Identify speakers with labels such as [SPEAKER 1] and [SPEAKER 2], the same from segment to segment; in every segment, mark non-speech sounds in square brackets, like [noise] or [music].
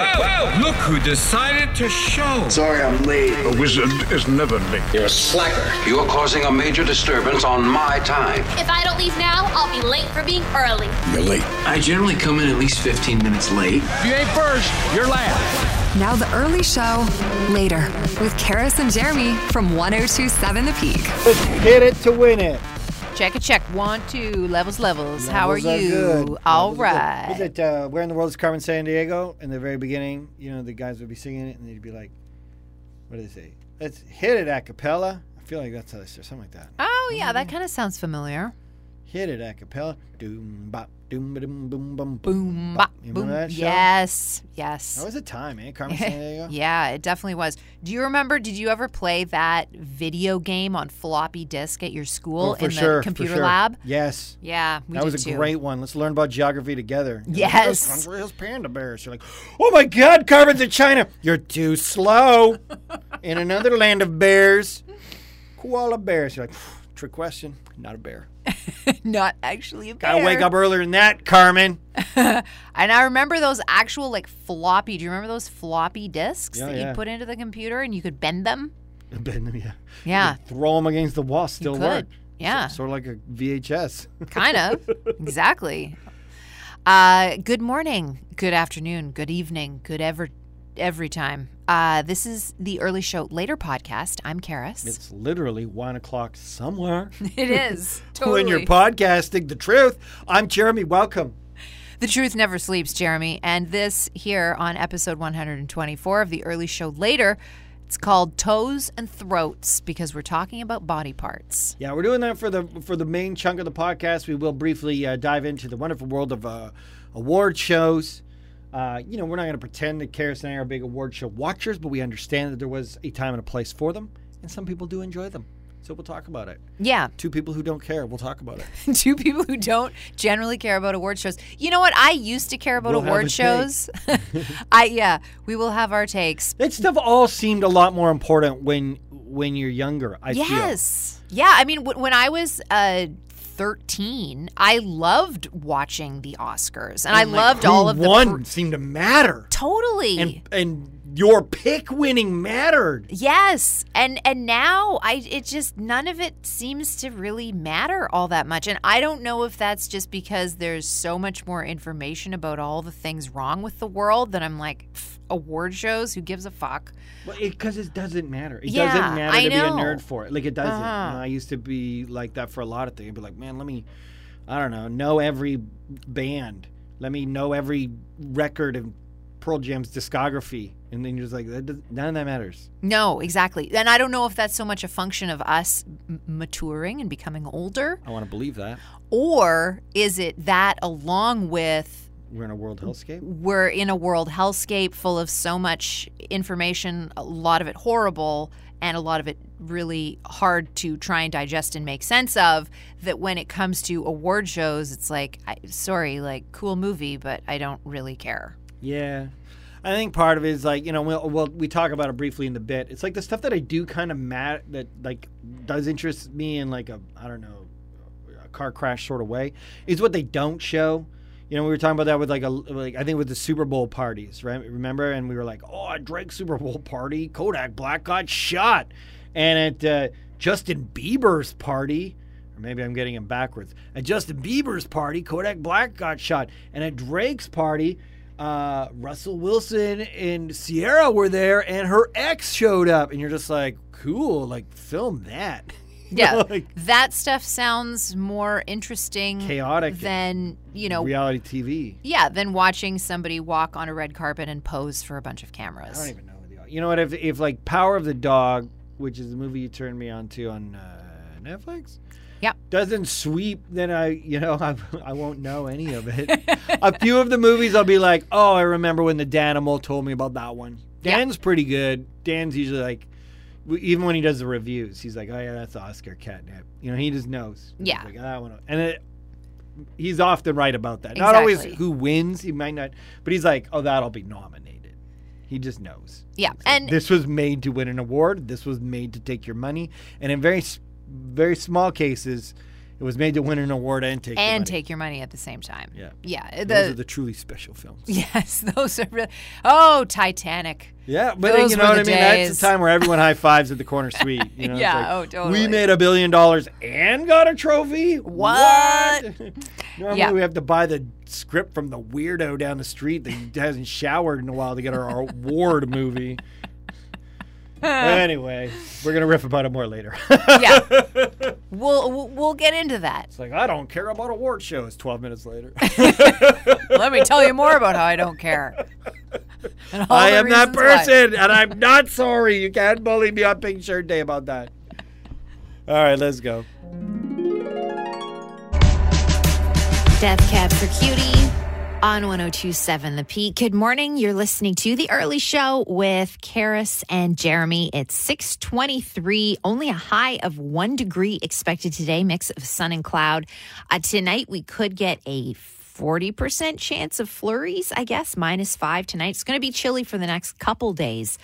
[SPEAKER 1] Look who decided to show.
[SPEAKER 2] Sorry I'm late.
[SPEAKER 3] A wizard is never late.
[SPEAKER 4] You're a slacker.
[SPEAKER 5] You're causing a major disturbance on my time.
[SPEAKER 6] If I don't leave now, I'll be late for being early.
[SPEAKER 3] You're late.
[SPEAKER 4] I generally come in at least 15 minutes late.
[SPEAKER 7] If you ain't first, you're last.
[SPEAKER 8] Now the early show later with Karis and Jeremy from 1027 The Peak.
[SPEAKER 9] Let's hit it to win it.
[SPEAKER 10] Check it, check. One, two, levels, levels. How are
[SPEAKER 9] Levels
[SPEAKER 10] you?
[SPEAKER 9] good.
[SPEAKER 10] All
[SPEAKER 9] Levels are
[SPEAKER 10] right.
[SPEAKER 9] good. Was it uh, Where in the World is Carmen San Diego? In the very beginning, you know, the guys would be singing it and they'd be like, what do they say? Let's hit it a cappella. I feel like that's how they say something like that.
[SPEAKER 10] Oh, yeah,
[SPEAKER 9] Mm.
[SPEAKER 10] that kind of sounds familiar.
[SPEAKER 9] Hit it a cappella. Doom bop, doom ba doom boom boom
[SPEAKER 10] Boom, bop,
[SPEAKER 9] You
[SPEAKER 10] boom.
[SPEAKER 9] remember that show?
[SPEAKER 10] Yes, yes.
[SPEAKER 9] That was a time, eh?
[SPEAKER 10] [laughs]
[SPEAKER 9] Carmen San Diego.
[SPEAKER 10] yeah, it definitely was. Do you remember? Did you ever play that video game on floppy disk at your school
[SPEAKER 9] Oh, for
[SPEAKER 10] in the
[SPEAKER 9] sure, for
[SPEAKER 10] computer
[SPEAKER 9] sure.
[SPEAKER 10] lab?
[SPEAKER 9] Yes.
[SPEAKER 10] Yeah, we
[SPEAKER 9] that
[SPEAKER 10] did
[SPEAKER 9] was a
[SPEAKER 10] too.
[SPEAKER 9] great one. Let's learn about geography together. You're like,
[SPEAKER 10] Yes.
[SPEAKER 9] This country has panda bears. You're like, oh my God, Carmen's in China. You're too slow. in another land of bears, koala bears. You're like, trick question. Not a bear.
[SPEAKER 10] [laughs] Not actually a
[SPEAKER 9] Gotta wake
[SPEAKER 10] bear.
[SPEAKER 9] up earlier than that, Carmen.
[SPEAKER 10] And I remember those actual like floppy. Do you remember those floppy disks
[SPEAKER 9] Yeah,
[SPEAKER 10] that
[SPEAKER 9] yeah.
[SPEAKER 10] you put into the computer and you could bend them?
[SPEAKER 9] Ben, yeah.
[SPEAKER 10] Yeah,
[SPEAKER 9] Throw them against the wall, still
[SPEAKER 10] could.
[SPEAKER 9] work.
[SPEAKER 10] Yeah.
[SPEAKER 9] Sort of like a VHS.
[SPEAKER 10] kind [laughs] of. exactly. Uh, good morning, good afternoon, good evening, good ever, every time. Uh, this is the Early Show Later podcast. I'm Karis.
[SPEAKER 9] it's literally one o'clock
[SPEAKER 10] [laughs]
[SPEAKER 9] somewhere.
[SPEAKER 10] It is.
[SPEAKER 9] When you're podcasting the truth, I'm Jeremy. Welcome.
[SPEAKER 10] The truth never sleeps, Jeremy. And this here on episode 124 of The Early Show Later, it's called Toes and Throats because we're talking about body parts.
[SPEAKER 9] Yeah, we're doing that for the for the main chunk of the podcast. We will briefly uh, dive into the wonderful world of uh, award shows. Uh, you know, we're not going to pretend that Karis and I are big award show watchers, but we understand that there was a time and a place for them, and some people do enjoy them. So we'll talk about it.
[SPEAKER 10] Yeah.
[SPEAKER 9] Two people who don't care, we'll talk
[SPEAKER 10] [laughs]
[SPEAKER 9] about it.
[SPEAKER 10] Two people who don't generally care about award shows. You know what? I used to care about
[SPEAKER 9] We'll have a
[SPEAKER 10] award
[SPEAKER 9] take.
[SPEAKER 10] shows. [laughs] I yeah, we will have our takes.
[SPEAKER 9] that stuff all seemed a lot more important when when you're younger. I feel.
[SPEAKER 10] Yes. Yeah. I mean, w- when I was uh, 13, I loved watching the Oscars and, I loved
[SPEAKER 9] Who
[SPEAKER 10] all of the.
[SPEAKER 9] won
[SPEAKER 10] pr-
[SPEAKER 9] seemed to matter,
[SPEAKER 10] totally.
[SPEAKER 9] and and your pick winning mattered.
[SPEAKER 10] Yes, and and now I it just none of it seems to really matter all that much, and I don't know if that's just because there's so much more information about all the things wrong with the world that I'm like "Pff, award shows. Who gives a fuck?
[SPEAKER 9] Well, because it, doesn't matter. It
[SPEAKER 10] Yeah,
[SPEAKER 9] doesn't matter
[SPEAKER 10] I
[SPEAKER 9] to
[SPEAKER 10] know.
[SPEAKER 9] be a nerd for it. Like it doesn't. You
[SPEAKER 10] Uh-huh.
[SPEAKER 9] know, I used to be like that for a lot of things. I'd be like, man, let me, I don't know, know every band. Let me know every record of Pearl Jam's discography. And then you're just like, that does, none of that matters.
[SPEAKER 10] No, exactly. And I don't know if that's so much a function of us m- maturing and becoming older,
[SPEAKER 9] I want to believe that
[SPEAKER 10] or is it that along with
[SPEAKER 9] we're in a world hellscape.
[SPEAKER 10] we're in a world hellscape full of so much information, a lot of it horrible, and a lot of it really hard to try and digest and make sense of. That when it comes to award shows, it's like, I, sorry, like, cool movie, but I don't
[SPEAKER 9] [laughs]
[SPEAKER 10] really care.
[SPEAKER 9] Yeah. I think part of it is like you know we'll, well we talk about it briefly in the bit. It's like the stuff that I do kind of mat that like does interest me in like a I don't know a car crash sort of way is what they don't show. You know we were talking about that with like a like I think with the Super Bowl parties right remember and we were like oh a Drake Super Bowl party Kodak Black got shot and at uh, Justin Bieber's party or maybe I'm getting him backwards at Justin Bieber's party Kodak Black got shot and at Drake's party uh, Russell Wilson and Sierra were there, and her ex showed up, and you're just like, cool, like film that. You
[SPEAKER 10] Yeah,
[SPEAKER 9] know, like
[SPEAKER 10] that stuff sounds more interesting,
[SPEAKER 9] Chaotic.
[SPEAKER 10] than you know.
[SPEAKER 9] reality TV.
[SPEAKER 10] yeah, than watching somebody walk on a red carpet and pose for a bunch of cameras.
[SPEAKER 9] I don't even know. What the, you know what? If, if like Power of the Dog, which is the movie you turned me on to on uh, Netflix,
[SPEAKER 10] Yep.
[SPEAKER 9] doesn't sweep, then I, you know, [laughs] I, I won't know any of it.
[SPEAKER 10] [laughs]
[SPEAKER 9] A few of the movies, I'll be like, oh, I remember when the Danimal told me about that one.
[SPEAKER 10] Yeah.
[SPEAKER 9] Dan's pretty good. Dan's usually like, w- even when he does the reviews, he's like, oh yeah, that's Oscar catnip. You know, he just knows. He's
[SPEAKER 10] Yeah.
[SPEAKER 9] like, "Ah, I wanna-" and it, he's often right about that. Not always
[SPEAKER 10] Exactly.
[SPEAKER 9] who wins. He might not, but he's like, oh, that'll be nominated. He just knows.
[SPEAKER 10] Yeah,
[SPEAKER 9] He's like,
[SPEAKER 10] and
[SPEAKER 9] this was made to win an award. This was made to take your money. And in very, s- very small cases, It was made to win an award and take your money.
[SPEAKER 10] and take your money at the same time.
[SPEAKER 9] Yeah.
[SPEAKER 10] Yeah.
[SPEAKER 9] Those are
[SPEAKER 10] The,
[SPEAKER 9] the truly special films.
[SPEAKER 10] [laughs] yes, those are really. Oh, Titanic.
[SPEAKER 9] Yeah, but
[SPEAKER 10] Those
[SPEAKER 9] you know
[SPEAKER 10] were
[SPEAKER 9] what I
[SPEAKER 10] the
[SPEAKER 9] mean. That's
[SPEAKER 10] days.
[SPEAKER 9] the time where everyone high fives at the
[SPEAKER 10] [laughs]
[SPEAKER 9] corner suite. You know, it's
[SPEAKER 10] Yeah,
[SPEAKER 9] like,
[SPEAKER 10] oh, totally.
[SPEAKER 9] We made a billion dollars and got a trophy.
[SPEAKER 10] What?
[SPEAKER 9] [laughs] Normally
[SPEAKER 10] Yeah.
[SPEAKER 9] we have to buy the script from the weirdo down the street that [laughs] hasn't showered in a while to get our award
[SPEAKER 10] [laughs]
[SPEAKER 9] movie. anyway, we're gonna riff about it more later.
[SPEAKER 10] Yeah.
[SPEAKER 9] [laughs]
[SPEAKER 10] we'll we'll- we'll get into that.
[SPEAKER 9] it's like I don't care about award shows. Twelve minutes [laughs] later,
[SPEAKER 10] Let me tell you more about how I don't care. [laughs] And all
[SPEAKER 9] I
[SPEAKER 10] the
[SPEAKER 9] am that
[SPEAKER 10] reasons why.
[SPEAKER 9] person, and I'm not sorry. You can't bully me on Pink Shirt Day about that. All right, let's go.
[SPEAKER 10] Death Cab for Cutie on 1027 The Peak. Good morning. You're listening to The Early Show with Karis and Jeremy. It's 623, only a high of one degree expected today, mix of sun and cloud. Uh, tonight, we could get a 40% chance of flurries, I guess, minus five tonight. It's going to be chilly for the next couple days,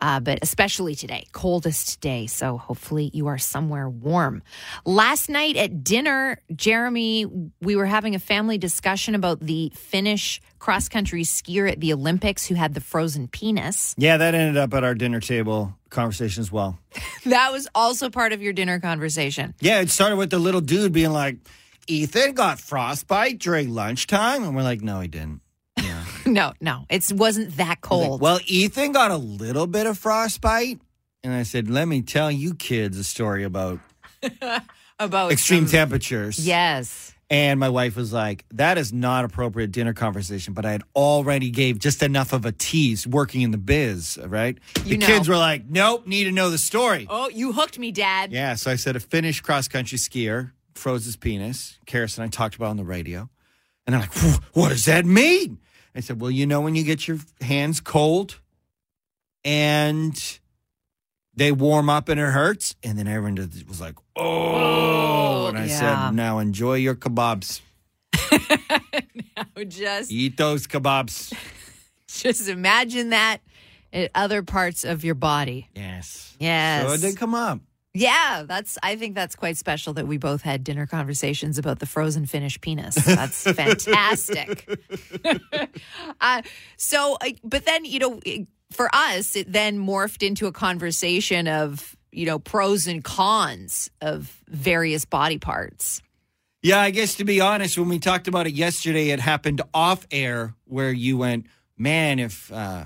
[SPEAKER 10] uh, but especially today, coldest day. So hopefully you are somewhere warm. Last night at dinner, Jeremy, we were having a family discussion about the Finnish cross country skier at the Olympics who had the frozen penis.
[SPEAKER 2] Yeah, that ended up at our dinner table conversation as well.
[SPEAKER 10] That was also part of your
[SPEAKER 2] [laughs]
[SPEAKER 10] dinner conversation.
[SPEAKER 2] Yeah, it started with the little dude being like, Ethan got frostbite during lunchtime. And we're like, no, he didn't.
[SPEAKER 10] No, no, it wasn't that
[SPEAKER 2] I was like,
[SPEAKER 10] cold.
[SPEAKER 2] well, Ethan got a little bit of frostbite. And I said, let me tell you kids a story about
[SPEAKER 10] about
[SPEAKER 2] extreme temperatures.
[SPEAKER 10] Yes.
[SPEAKER 2] And my wife was like, that is not appropriate dinner conversation. But I had already gave just enough of a tease working in the biz, right? the
[SPEAKER 10] know.
[SPEAKER 2] kids were like, nope, need to know the story.
[SPEAKER 10] Oh, you hooked me, Dad.
[SPEAKER 2] Yeah, so I said a Finnish cross country skier froze his penis. Karis and I talked about it on the radio. And they're like, "Wh- what does that mean? I said, well, you know, when you get your hands cold and they warm up and it hurts. And then everyone did- was like, oh. And I
[SPEAKER 10] Yeah.
[SPEAKER 2] said, now enjoy your kebabs.
[SPEAKER 10] Oh, [laughs] Just
[SPEAKER 2] Eat those kebabs.
[SPEAKER 10] [laughs] Just imagine that at other parts of your body.
[SPEAKER 2] Yes. So it
[SPEAKER 10] Yes.
[SPEAKER 2] did come up.
[SPEAKER 10] yeah, that's I think that's quite special that we both had dinner conversations about the frozen Finnish
[SPEAKER 2] [laughs]
[SPEAKER 10] penis. That's fantastic. [laughs] uh, so uh, but then, you know, it- for us it then morphed into a conversation of, you know, pros and cons of various body parts.
[SPEAKER 2] Yeah, I guess to be honest, when we talked about it yesterday, it happened off air where you went, man, if uh,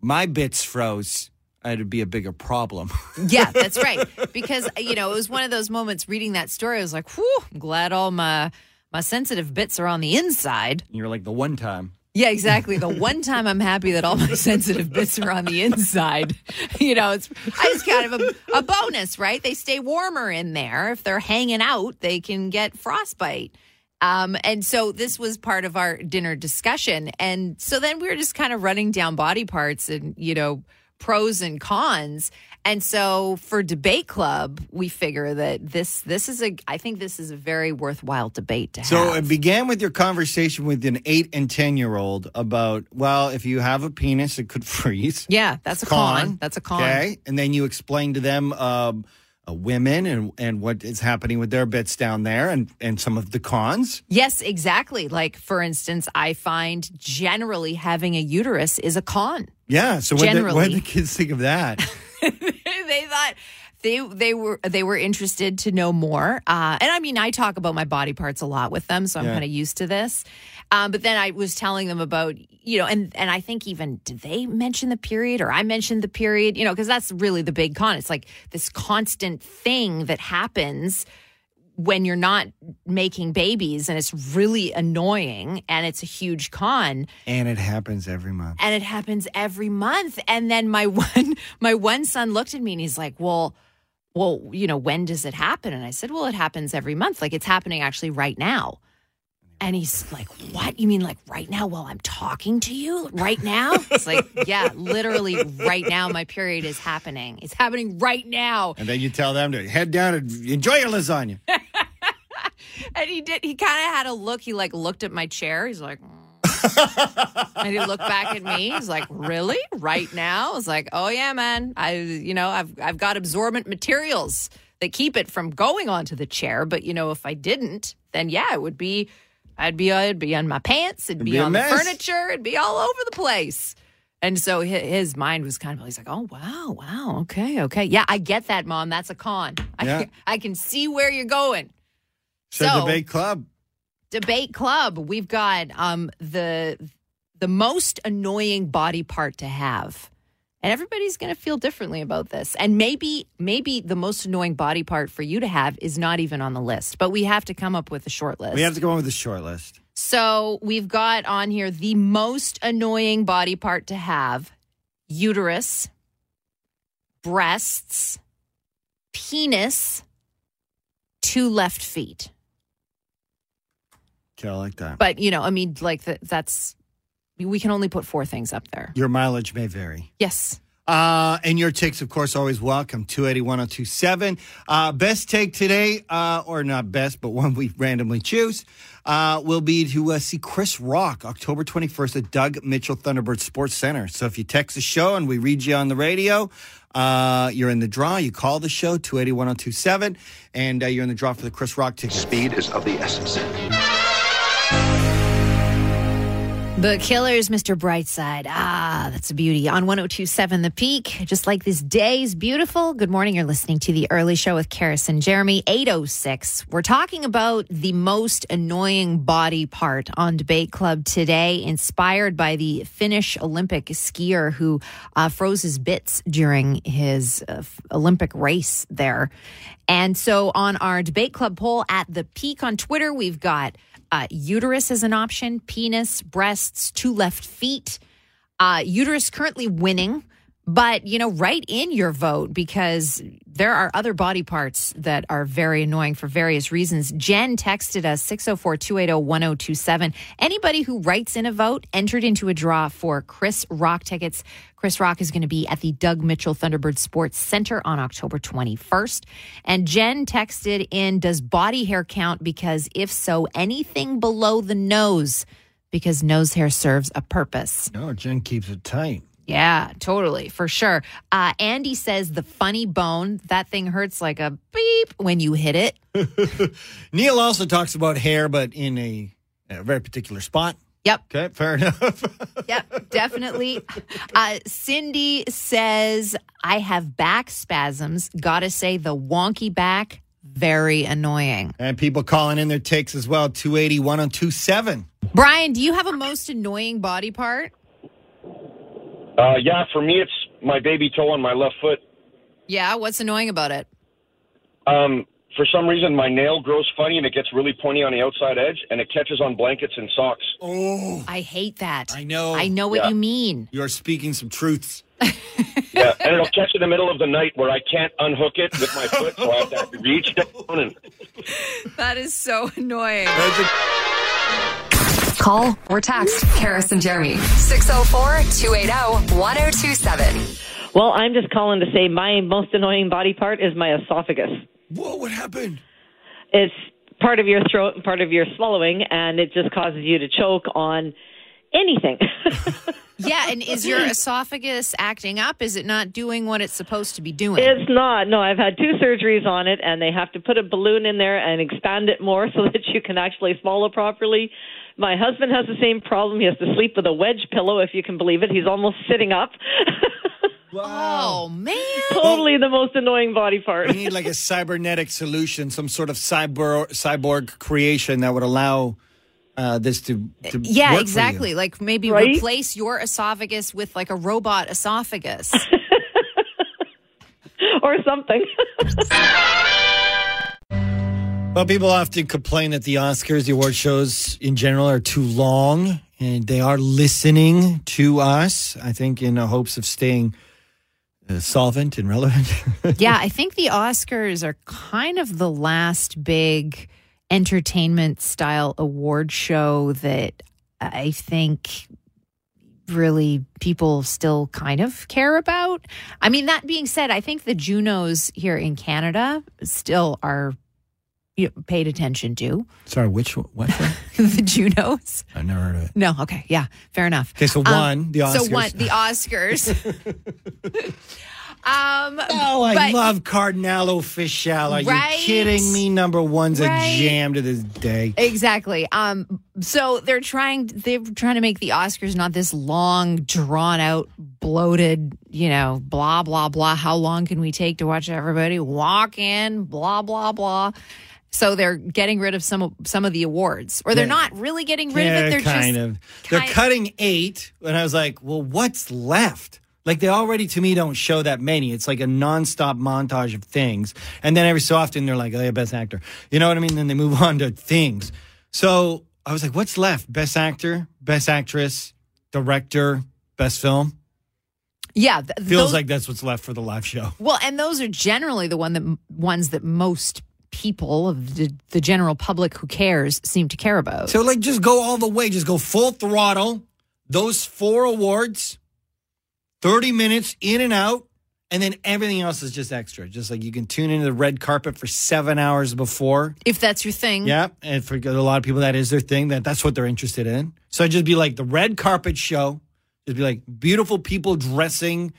[SPEAKER 2] my bits froze, it'd be a bigger problem. [laughs]
[SPEAKER 10] Yeah, that's right. Because uh, you know, it was one of those moments reading that story. I was like, "Whew, I'm glad all my my sensitive bits are on the inside."
[SPEAKER 2] You're like the one time.
[SPEAKER 10] Yeah, exactly. The one time I'm happy that all my [laughs] sensitive bits are on the inside. [laughs] You know, it's I just kind of a, a bonus, right? They stay warmer in there. If they're hanging out, they can get frostbite. Um, and so this was part of our dinner discussion. And so then we were just kind of running down body parts and, you know, pros and cons. And so for debate club, we figure that this this is a I think this is a very worthwhile debate to
[SPEAKER 2] So
[SPEAKER 10] have.
[SPEAKER 2] it began with your conversation with an eight and 10 year old about, well, if you have a penis, it could [laughs] freeze.
[SPEAKER 10] yeah, that's a con. That's a con.
[SPEAKER 2] Okay. And then you explain to them um, uh, women and, and what is happening with their bits down there and, and some of the cons.
[SPEAKER 10] Yes, exactly. Like, for instance, I find generally having a uterus is a con.
[SPEAKER 2] Yeah. So what did
[SPEAKER 10] Generally.
[SPEAKER 2] what the kids think of that?
[SPEAKER 10] [laughs] they thought they they were they were interested to know more. Uh, and I mean, I talk about my body parts a lot with them, so I'm kind of used to this. Um, but then I was telling them about you know, and and I think even did they mention the period or I mentioned the period, you know, because that's really the big con. It's like this constant thing that happens when you're not making babies and it's really annoying and it's a huge con
[SPEAKER 2] And it happens every month.
[SPEAKER 10] and it happens every month and then my [laughs] one my one son looked at me and he's like well well you know when does it happen and i said well it happens every month like it's happening actually right now and he's like what you mean like right now while i'm talking to you right now it's like yeah literally right now my period is happening it's happening right now
[SPEAKER 2] And then you tell them to head down and enjoy your lasagna.
[SPEAKER 10] [laughs] and he did he kind of had a look he like looked at my chair he's like
[SPEAKER 2] [laughs]
[SPEAKER 10] "Mm." and he looked back at me he's like really right now i was like oh yeah man i you know i've i've got absorbent materials that keep it from going onto the chair. But you know, if I didn't, then yeah, it would be, I'd be, I'd be on my pants, it'd, be,
[SPEAKER 2] be a
[SPEAKER 10] on the
[SPEAKER 2] mess.
[SPEAKER 10] furniture, it'd be all over the place. And so hi- his mind was kind of, he's like, oh wow, wow, okay, okay, yeah, I get that, mom. That's a con. I,
[SPEAKER 2] Yeah.
[SPEAKER 10] I can see where you're going
[SPEAKER 2] So,
[SPEAKER 10] So-
[SPEAKER 2] debate club.
[SPEAKER 10] debate club we've got um the the most annoying body part to have and everybody's going to feel differently about this and maybe maybe the most annoying body part for you to have is not even on the list but we have to come up with a short list
[SPEAKER 2] We have to go on with the short list.
[SPEAKER 10] so we've got on here the most annoying body part to have uterus, breasts, penis, two left feet.
[SPEAKER 2] Okay, I like that.
[SPEAKER 10] But, you know, I mean, like that, that's, we can only put four things up there.
[SPEAKER 2] Your mileage may vary.
[SPEAKER 10] Yes.
[SPEAKER 2] Uh, and your takes, of course, always welcome. 280-1027. Uh, best take today, uh, or not best, but [laughs] one we randomly choose, uh, will be to uh, see Chris Rock October 21st at Doug Mitchell Thunderbird Sports Center. So if you text the show and we read you on the radio, uh, you're in the draw. You call the show, 280-1027, and uh, you're in the draw for the Chris Rock ticket.
[SPEAKER 5] Speed is of the essence.
[SPEAKER 10] The Killers, Mr. Brightside. Ah, that's a beauty. On 1027 The Peak, just like this day's beautiful. Good morning. You're listening to The Early Show with Karis and Jeremy, 806. We're talking about the most annoying body part on Debate Club today, inspired by the Finnish Olympic skier who uh, froze his bits during his uh, f- Olympic race there. And so on our Debate Club poll at The Peak on Twitter, we've got uh, uterus is an option, penis, breasts, two left feet. Uh, uterus currently winning, but you know, write in your vote because there are other body parts that are very annoying for various reasons. Jen texted us 604 280 1027. Anybody who writes in a vote entered into a draw for Chris Rock tickets. Chris Rock is going to be at the Doug Mitchell Thunderbird Sports Center on October 21st. And Jen texted in Does body hair count? Because if so, anything below the nose, because nose hair serves a purpose.
[SPEAKER 2] No, Jen keeps it tight.
[SPEAKER 10] Yeah, totally, for sure. Uh, Andy says the funny bone, that thing hurts like a beep when you hit it.
[SPEAKER 2] Neil also talks about hair, but in a, a very particular spot.
[SPEAKER 10] Yep,
[SPEAKER 2] Okay, fair [laughs] enough.
[SPEAKER 10] yep, definitely. Uh, Cindy says, I have back spasms. Gotta say, the wonky back, very annoying.
[SPEAKER 2] And people calling in their takes as well 280 1027.
[SPEAKER 10] Brian, do you have a most annoying body part?
[SPEAKER 3] Uh, yeah, for me, it's my baby toe on my left foot.
[SPEAKER 10] Yeah, what's annoying about it?
[SPEAKER 3] Um, for some reason, my nail grows funny and it gets really pointy on the outside edge, and it catches on blankets and
[SPEAKER 9] [laughs]
[SPEAKER 3] socks.
[SPEAKER 2] Oh,
[SPEAKER 10] I hate that.
[SPEAKER 2] I know.
[SPEAKER 10] I know what
[SPEAKER 3] Yeah.
[SPEAKER 10] you mean.
[SPEAKER 2] you're speaking some truths.
[SPEAKER 3] Yeah, and it'll catch in the middle of the night where I can't unhook it with my foot, so I have to reach down and
[SPEAKER 10] That is so annoying.
[SPEAKER 8] Call or text Karis and Jeremy 604 280 1027.
[SPEAKER 11] Well, I'm just calling to say my most annoying body part is my esophagus.
[SPEAKER 2] Whoa, what happened?
[SPEAKER 11] It's part of your throat and part of your swallowing, and it just causes you to choke on anything. [laughs]
[SPEAKER 10] Yeah, and is your esophagus acting up? Is it not doing what it's supposed to be doing?
[SPEAKER 11] it's not. No, I've had two surgeries on it, and [laughs] they have to put a balloon in there and expand it more [laughs] so that you can actually swallow properly. My husband has the same problem. He has to sleep with a wedge pillow, if you can believe it. He's almost sitting up.
[SPEAKER 10] oh man.
[SPEAKER 11] totally the most annoying body part.
[SPEAKER 2] We need like a cybernetic solution, some sort of cyber, cyborg creation that would allow uh, this to, to work for
[SPEAKER 10] Yeah,
[SPEAKER 2] you.
[SPEAKER 10] exactly. Like maybe
[SPEAKER 11] Right?
[SPEAKER 10] replace your esophagus with like a robot esophagus.
[SPEAKER 11] or something.
[SPEAKER 2] Well, people often complain that the Oscars, the award shows in general, are too long, and they are listening to us, I think, in the hopes of staying uh, solvent and relevant. [laughs]
[SPEAKER 10] yeah, I think the Oscars are kind of the last big entertainment style award show that I think really people still kind of care about. I mean, that being said, I think the Junos here in Canada still are you know, paid attention to. [laughs]
[SPEAKER 2] Sorry, which one? What? [laughs] one?
[SPEAKER 10] the Junos.
[SPEAKER 2] I've never heard of it.
[SPEAKER 10] No, okay, yeah, fair enough.
[SPEAKER 2] Okay, so
[SPEAKER 10] Um,
[SPEAKER 2] one, the Oscars. [laughs]
[SPEAKER 10] So one, the Oscars. [laughs] Um,
[SPEAKER 12] Oh, I
[SPEAKER 10] but-
[SPEAKER 12] love Cardinalo Fischel. Are
[SPEAKER 10] Right?
[SPEAKER 12] you kidding me? Number one's
[SPEAKER 10] Right?
[SPEAKER 12] a jam to this day.
[SPEAKER 10] Exactly. Um, so they're trying they're trying to make the Oscars not this long, drawn out, bloated, you know, blah blah blah. How long can we take to watch everybody walk in? Blah blah blah. So they're getting rid of some of some of the awards, or they're
[SPEAKER 12] Yeah.
[SPEAKER 10] not really getting rid of it. They're
[SPEAKER 12] kind
[SPEAKER 10] just
[SPEAKER 12] of. They're
[SPEAKER 10] kind-
[SPEAKER 12] cutting eight, and I was like, well, what's left? Like they already to me don't show that many. It's like a nonstop montage of things, and then every so often they're like, "Oh yeah, best actor." You know what I mean? Then they move [laughs] on to things. So I was like, "What's left? Best actor, best actress, director, best film."
[SPEAKER 10] yeah. th-
[SPEAKER 12] Feels
[SPEAKER 10] those-
[SPEAKER 12] like that's what's left for the live show.
[SPEAKER 10] Well, and those are generally the one that ones that most people, the, the general public who cares, seem to care about.
[SPEAKER 12] So like, just go all the way, just go full throttle. Those four awards, thirty minutes in and out, and then everything else is just extra. Just like you can tune into the red carpet for seven hours before.
[SPEAKER 10] if that's your thing,
[SPEAKER 12] Yeah, and for a lot of people, that is their thing. That that's what they're interested in. So I'd just be like the red carpet show. It'd be like beautiful people dressing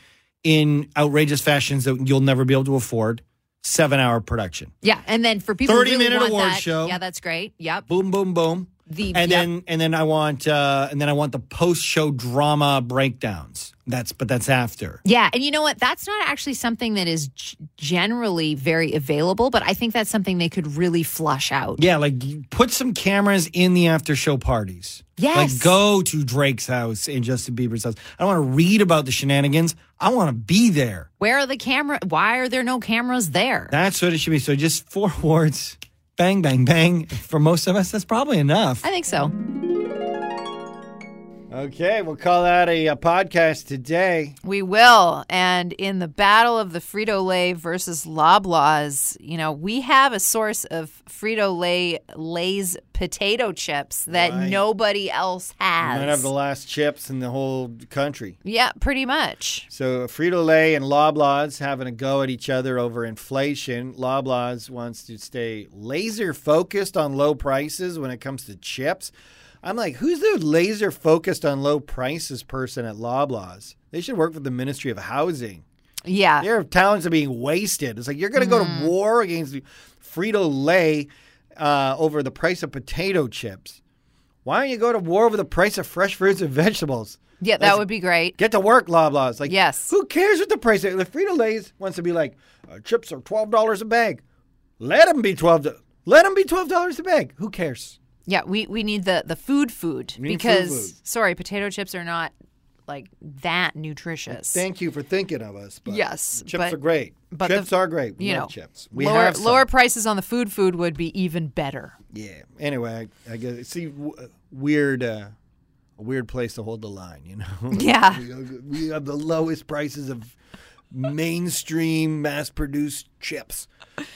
[SPEAKER 12] in outrageous fashions that you'll never be able to afford. Seven hour production.
[SPEAKER 10] Yeah, and then for people who
[SPEAKER 12] 30
[SPEAKER 10] really
[SPEAKER 12] minute
[SPEAKER 10] want
[SPEAKER 12] award
[SPEAKER 10] that,
[SPEAKER 12] show.
[SPEAKER 10] Yeah, that's great. Yep.
[SPEAKER 12] Boom, boom, boom.
[SPEAKER 10] The
[SPEAKER 12] and
[SPEAKER 10] yep.
[SPEAKER 12] then and then I want uh, and then I want the post show drama breakdowns. That's but that's after.
[SPEAKER 10] yeah, and you know what? That's not actually something that is g- generally very available, but I think that's something they could really flush out.
[SPEAKER 12] Yeah, like you put some cameras in the after show parties.
[SPEAKER 10] Yes.
[SPEAKER 12] Like go to Drake's house and Justin Bieber's house. I don't want to read about the shenanigans. I want to be there.
[SPEAKER 10] Where are the camera? Why are there no cameras there?
[SPEAKER 12] That's what it should be. So just four [laughs] words, bang, bang, bang. For most of us, that's probably enough.
[SPEAKER 10] I think so.
[SPEAKER 2] Okay, we'll call that a, uh podcast today.
[SPEAKER 10] We will. And in the battle of the Frito Lay versus Loblaws, you know, we have a source of Frito Lay Lay's potato chips that
[SPEAKER 2] Right.
[SPEAKER 10] nobody else
[SPEAKER 2] We
[SPEAKER 10] has.
[SPEAKER 2] might have the last chips in the whole country.
[SPEAKER 10] yeah, pretty much.
[SPEAKER 2] So Frito Lay and Loblaws having a go at each other over inflation. Loblaws wants to stay laser focused on low prices when it comes to chips. I'm like, who's the laser focused on low prices person at Loblaws? They should work for the Ministry of Housing.
[SPEAKER 10] Yeah.
[SPEAKER 2] Their talents are being wasted. It's like you're going to go to war against Frito Lay uh, over the price of potato chips. Why don't you go to war over the price of fresh fruits and vegetables?
[SPEAKER 10] Yeah, that would be great.
[SPEAKER 2] Get to work, Loblaws. Like,
[SPEAKER 10] Yes.
[SPEAKER 2] Who cares what the price is? If Frito Lay's wants to be like, uh, chips are twelve dollars a bag, let them be twelve. do- Let them be twelve dollars a bag. Who cares?
[SPEAKER 10] Yeah, we, we need the the food food
[SPEAKER 2] need food
[SPEAKER 10] because
[SPEAKER 2] food.
[SPEAKER 10] sorry, potato chips are not like that nutritious.
[SPEAKER 2] Thank you for thinking of us. But
[SPEAKER 10] Yes,
[SPEAKER 2] chips
[SPEAKER 10] but-
[SPEAKER 2] are great.
[SPEAKER 10] but the-
[SPEAKER 2] chips are great. We
[SPEAKER 10] you
[SPEAKER 2] love
[SPEAKER 10] know,
[SPEAKER 2] chips. We
[SPEAKER 10] lower
[SPEAKER 2] have some.
[SPEAKER 10] lower prices on the food food would be even better. [laughs]
[SPEAKER 2] Yeah. Anyway, I, I guess see w- weird, uh, a weird place to hold the line. You know. [laughs]
[SPEAKER 10] Yeah.
[SPEAKER 2] we have the lowest prices of mainstream mass-produced chips,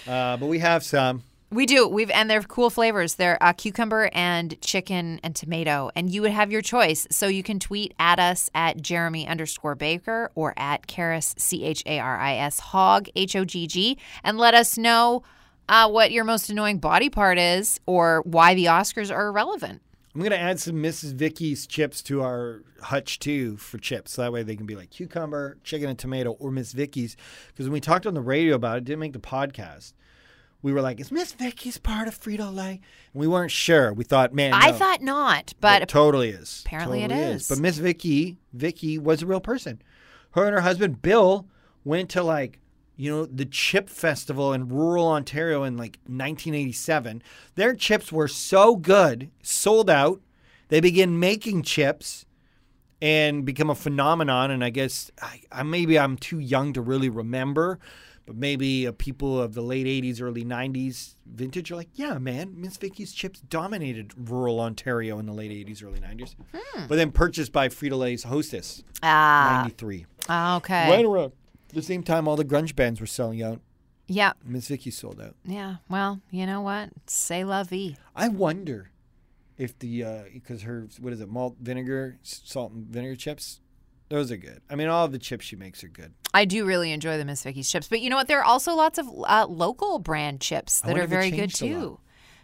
[SPEAKER 2] uh, but we have some.
[SPEAKER 10] We do. We've and they're cool flavors. They're uh, cucumber and chicken and tomato, and you would have your choice. So you can tweet at us at Jeremy underscore Baker or at Karis C H A R I S Hog H O G G, and let us know uh, what your most annoying body part is or why the Oscars are irrelevant.
[SPEAKER 2] I'm gonna add some Mrs. Vicky's chips to our hutch too for chips. So that way they can be like cucumber, chicken and tomato, or Miss Vicky's. Because when we talked on the radio about it, it didn't make the podcast. We were like, "Is Miss Vicky's part of Frito Lay?" And we weren't sure. We thought, "Man,
[SPEAKER 10] I
[SPEAKER 2] no,
[SPEAKER 10] thought not,
[SPEAKER 2] it
[SPEAKER 10] but
[SPEAKER 2] totally is.
[SPEAKER 10] apparently it
[SPEAKER 2] Totally
[SPEAKER 10] is.
[SPEAKER 2] But Miss Vicky, Vicky was a real person. Her and her husband Bill went to like, you know, the chip festival in rural Ontario in like 1987. Their chips were so good, sold out. They began making chips and become a phenomenon. And I guess I, I maybe I'm too young to really remember, but maybe uh, people of the late '80s, early '90s vintage are like, yeah, man, Miss Vicky's chips dominated rural Ontario in the late '80s, early '90s. But then purchased by Frito Lay's Hostess,
[SPEAKER 10] ah,
[SPEAKER 2] '93,
[SPEAKER 10] okay,
[SPEAKER 2] right around the same time all the grunge bands were selling out.
[SPEAKER 10] yeah,
[SPEAKER 2] Miss Vicky sold out.
[SPEAKER 10] yeah. Well, you know what? Say la vie.
[SPEAKER 2] I wonder if the because her what is it malt vinegar s- salt and vinegar chips those are good. I mean, all of the chips she makes are good.
[SPEAKER 10] I do really enjoy the Miss Vicky's chips, but you know what? There are also lots of uh, local brand chips
[SPEAKER 2] I
[SPEAKER 10] that
[SPEAKER 2] wonder
[SPEAKER 10] are
[SPEAKER 2] if it
[SPEAKER 10] very good
[SPEAKER 2] changed a lot.
[SPEAKER 10] too.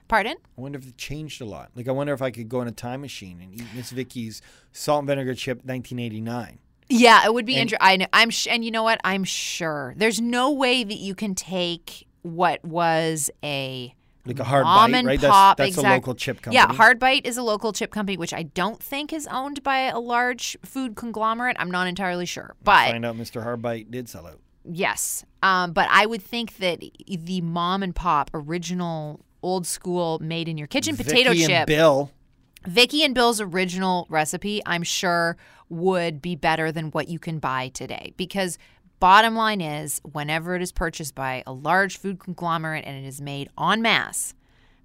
[SPEAKER 10] Pardon?
[SPEAKER 2] I wonder if it changed a lot. Like, I wonder if I could go in a time machine and eat Miss Vicky's salt and vinegar chip 1989.
[SPEAKER 10] Yeah, it would be interesting. I know. I'm sh- and you know what? I'm sure there's no way that you can take what was a
[SPEAKER 2] Like a hard
[SPEAKER 10] mom
[SPEAKER 2] bite,
[SPEAKER 10] and
[SPEAKER 2] right? That's-
[SPEAKER 10] pop.
[SPEAKER 2] that's a
[SPEAKER 10] exact-
[SPEAKER 2] local chip
[SPEAKER 10] Yeah,
[SPEAKER 2] company.
[SPEAKER 10] Hard Bite is a local chip company, which I don't think is owned by a large food conglomerate. I'm not entirely sure, but
[SPEAKER 2] Find out Mr. Hardbite did sell out.
[SPEAKER 10] Yes. Um, but I would think that the mom and pop original old school made in your kitchen potato
[SPEAKER 2] Vicky
[SPEAKER 10] chip,
[SPEAKER 2] and Bill.
[SPEAKER 10] Vicky and Bill's original recipe, I'm sure would be better than what you can buy today because bottom line is whenever it is purchased by a large food conglomerate and it is made en masse,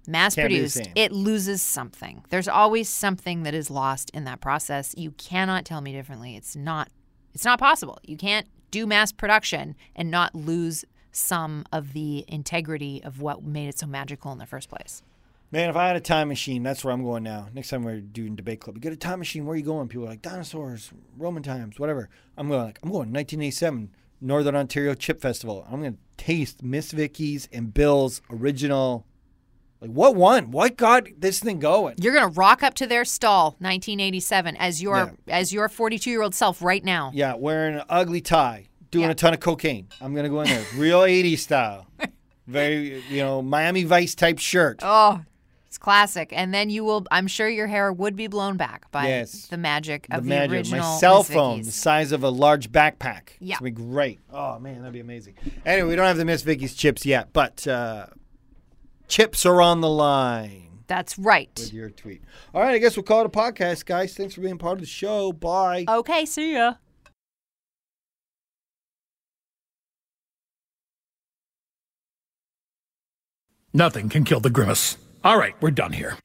[SPEAKER 10] mass
[SPEAKER 2] Can't be the
[SPEAKER 10] produced,
[SPEAKER 2] same.
[SPEAKER 10] it loses something. There's always something that is lost in that process. You cannot tell me differently. It's not it's not possible. You can't do mass production and not lose some of the integrity of what made it so magical in the first place.
[SPEAKER 2] Man, if I had a time machine, that's where I'm going now. Next time we're doing debate club, you got a time machine? Where are you going? People are like dinosaurs, Roman times, whatever. I'm going like I'm going 1987 Northern Ontario Chip Festival. I'm going to taste Miss Vicky's and Bill's original. Like what one? What got this thing going?
[SPEAKER 10] You're gonna rock up to their stall, 1987, as your as your 42 year old self right now.
[SPEAKER 2] Yeah, wearing an ugly tie, doing a ton of cocaine. I'm gonna go in there,
[SPEAKER 10] [laughs]
[SPEAKER 2] real 80s style, very you know Miami Vice type shirt.
[SPEAKER 10] Oh, it's classic. And then you will, I'm sure your hair would be blown back by
[SPEAKER 2] Yes.
[SPEAKER 10] the magic
[SPEAKER 2] the
[SPEAKER 10] of the,
[SPEAKER 2] magic.
[SPEAKER 10] original.
[SPEAKER 2] My cell
[SPEAKER 10] Miss
[SPEAKER 2] phone, the
[SPEAKER 10] Vicky's.
[SPEAKER 2] size of a large backpack.
[SPEAKER 10] Yeah.
[SPEAKER 2] It's gonna be great. Oh man, that'd be amazing. Anyway, we don't have the Miss Vicky's chips yet, but uh, chips are on the line
[SPEAKER 10] That's right.
[SPEAKER 2] with your tweet. All right, I guess we'll call it a podcast, guys. Thanks for being part of the show. Bye.
[SPEAKER 10] Okay, see ya.
[SPEAKER 7] Nothing can kill the grimace. All right, we're done here.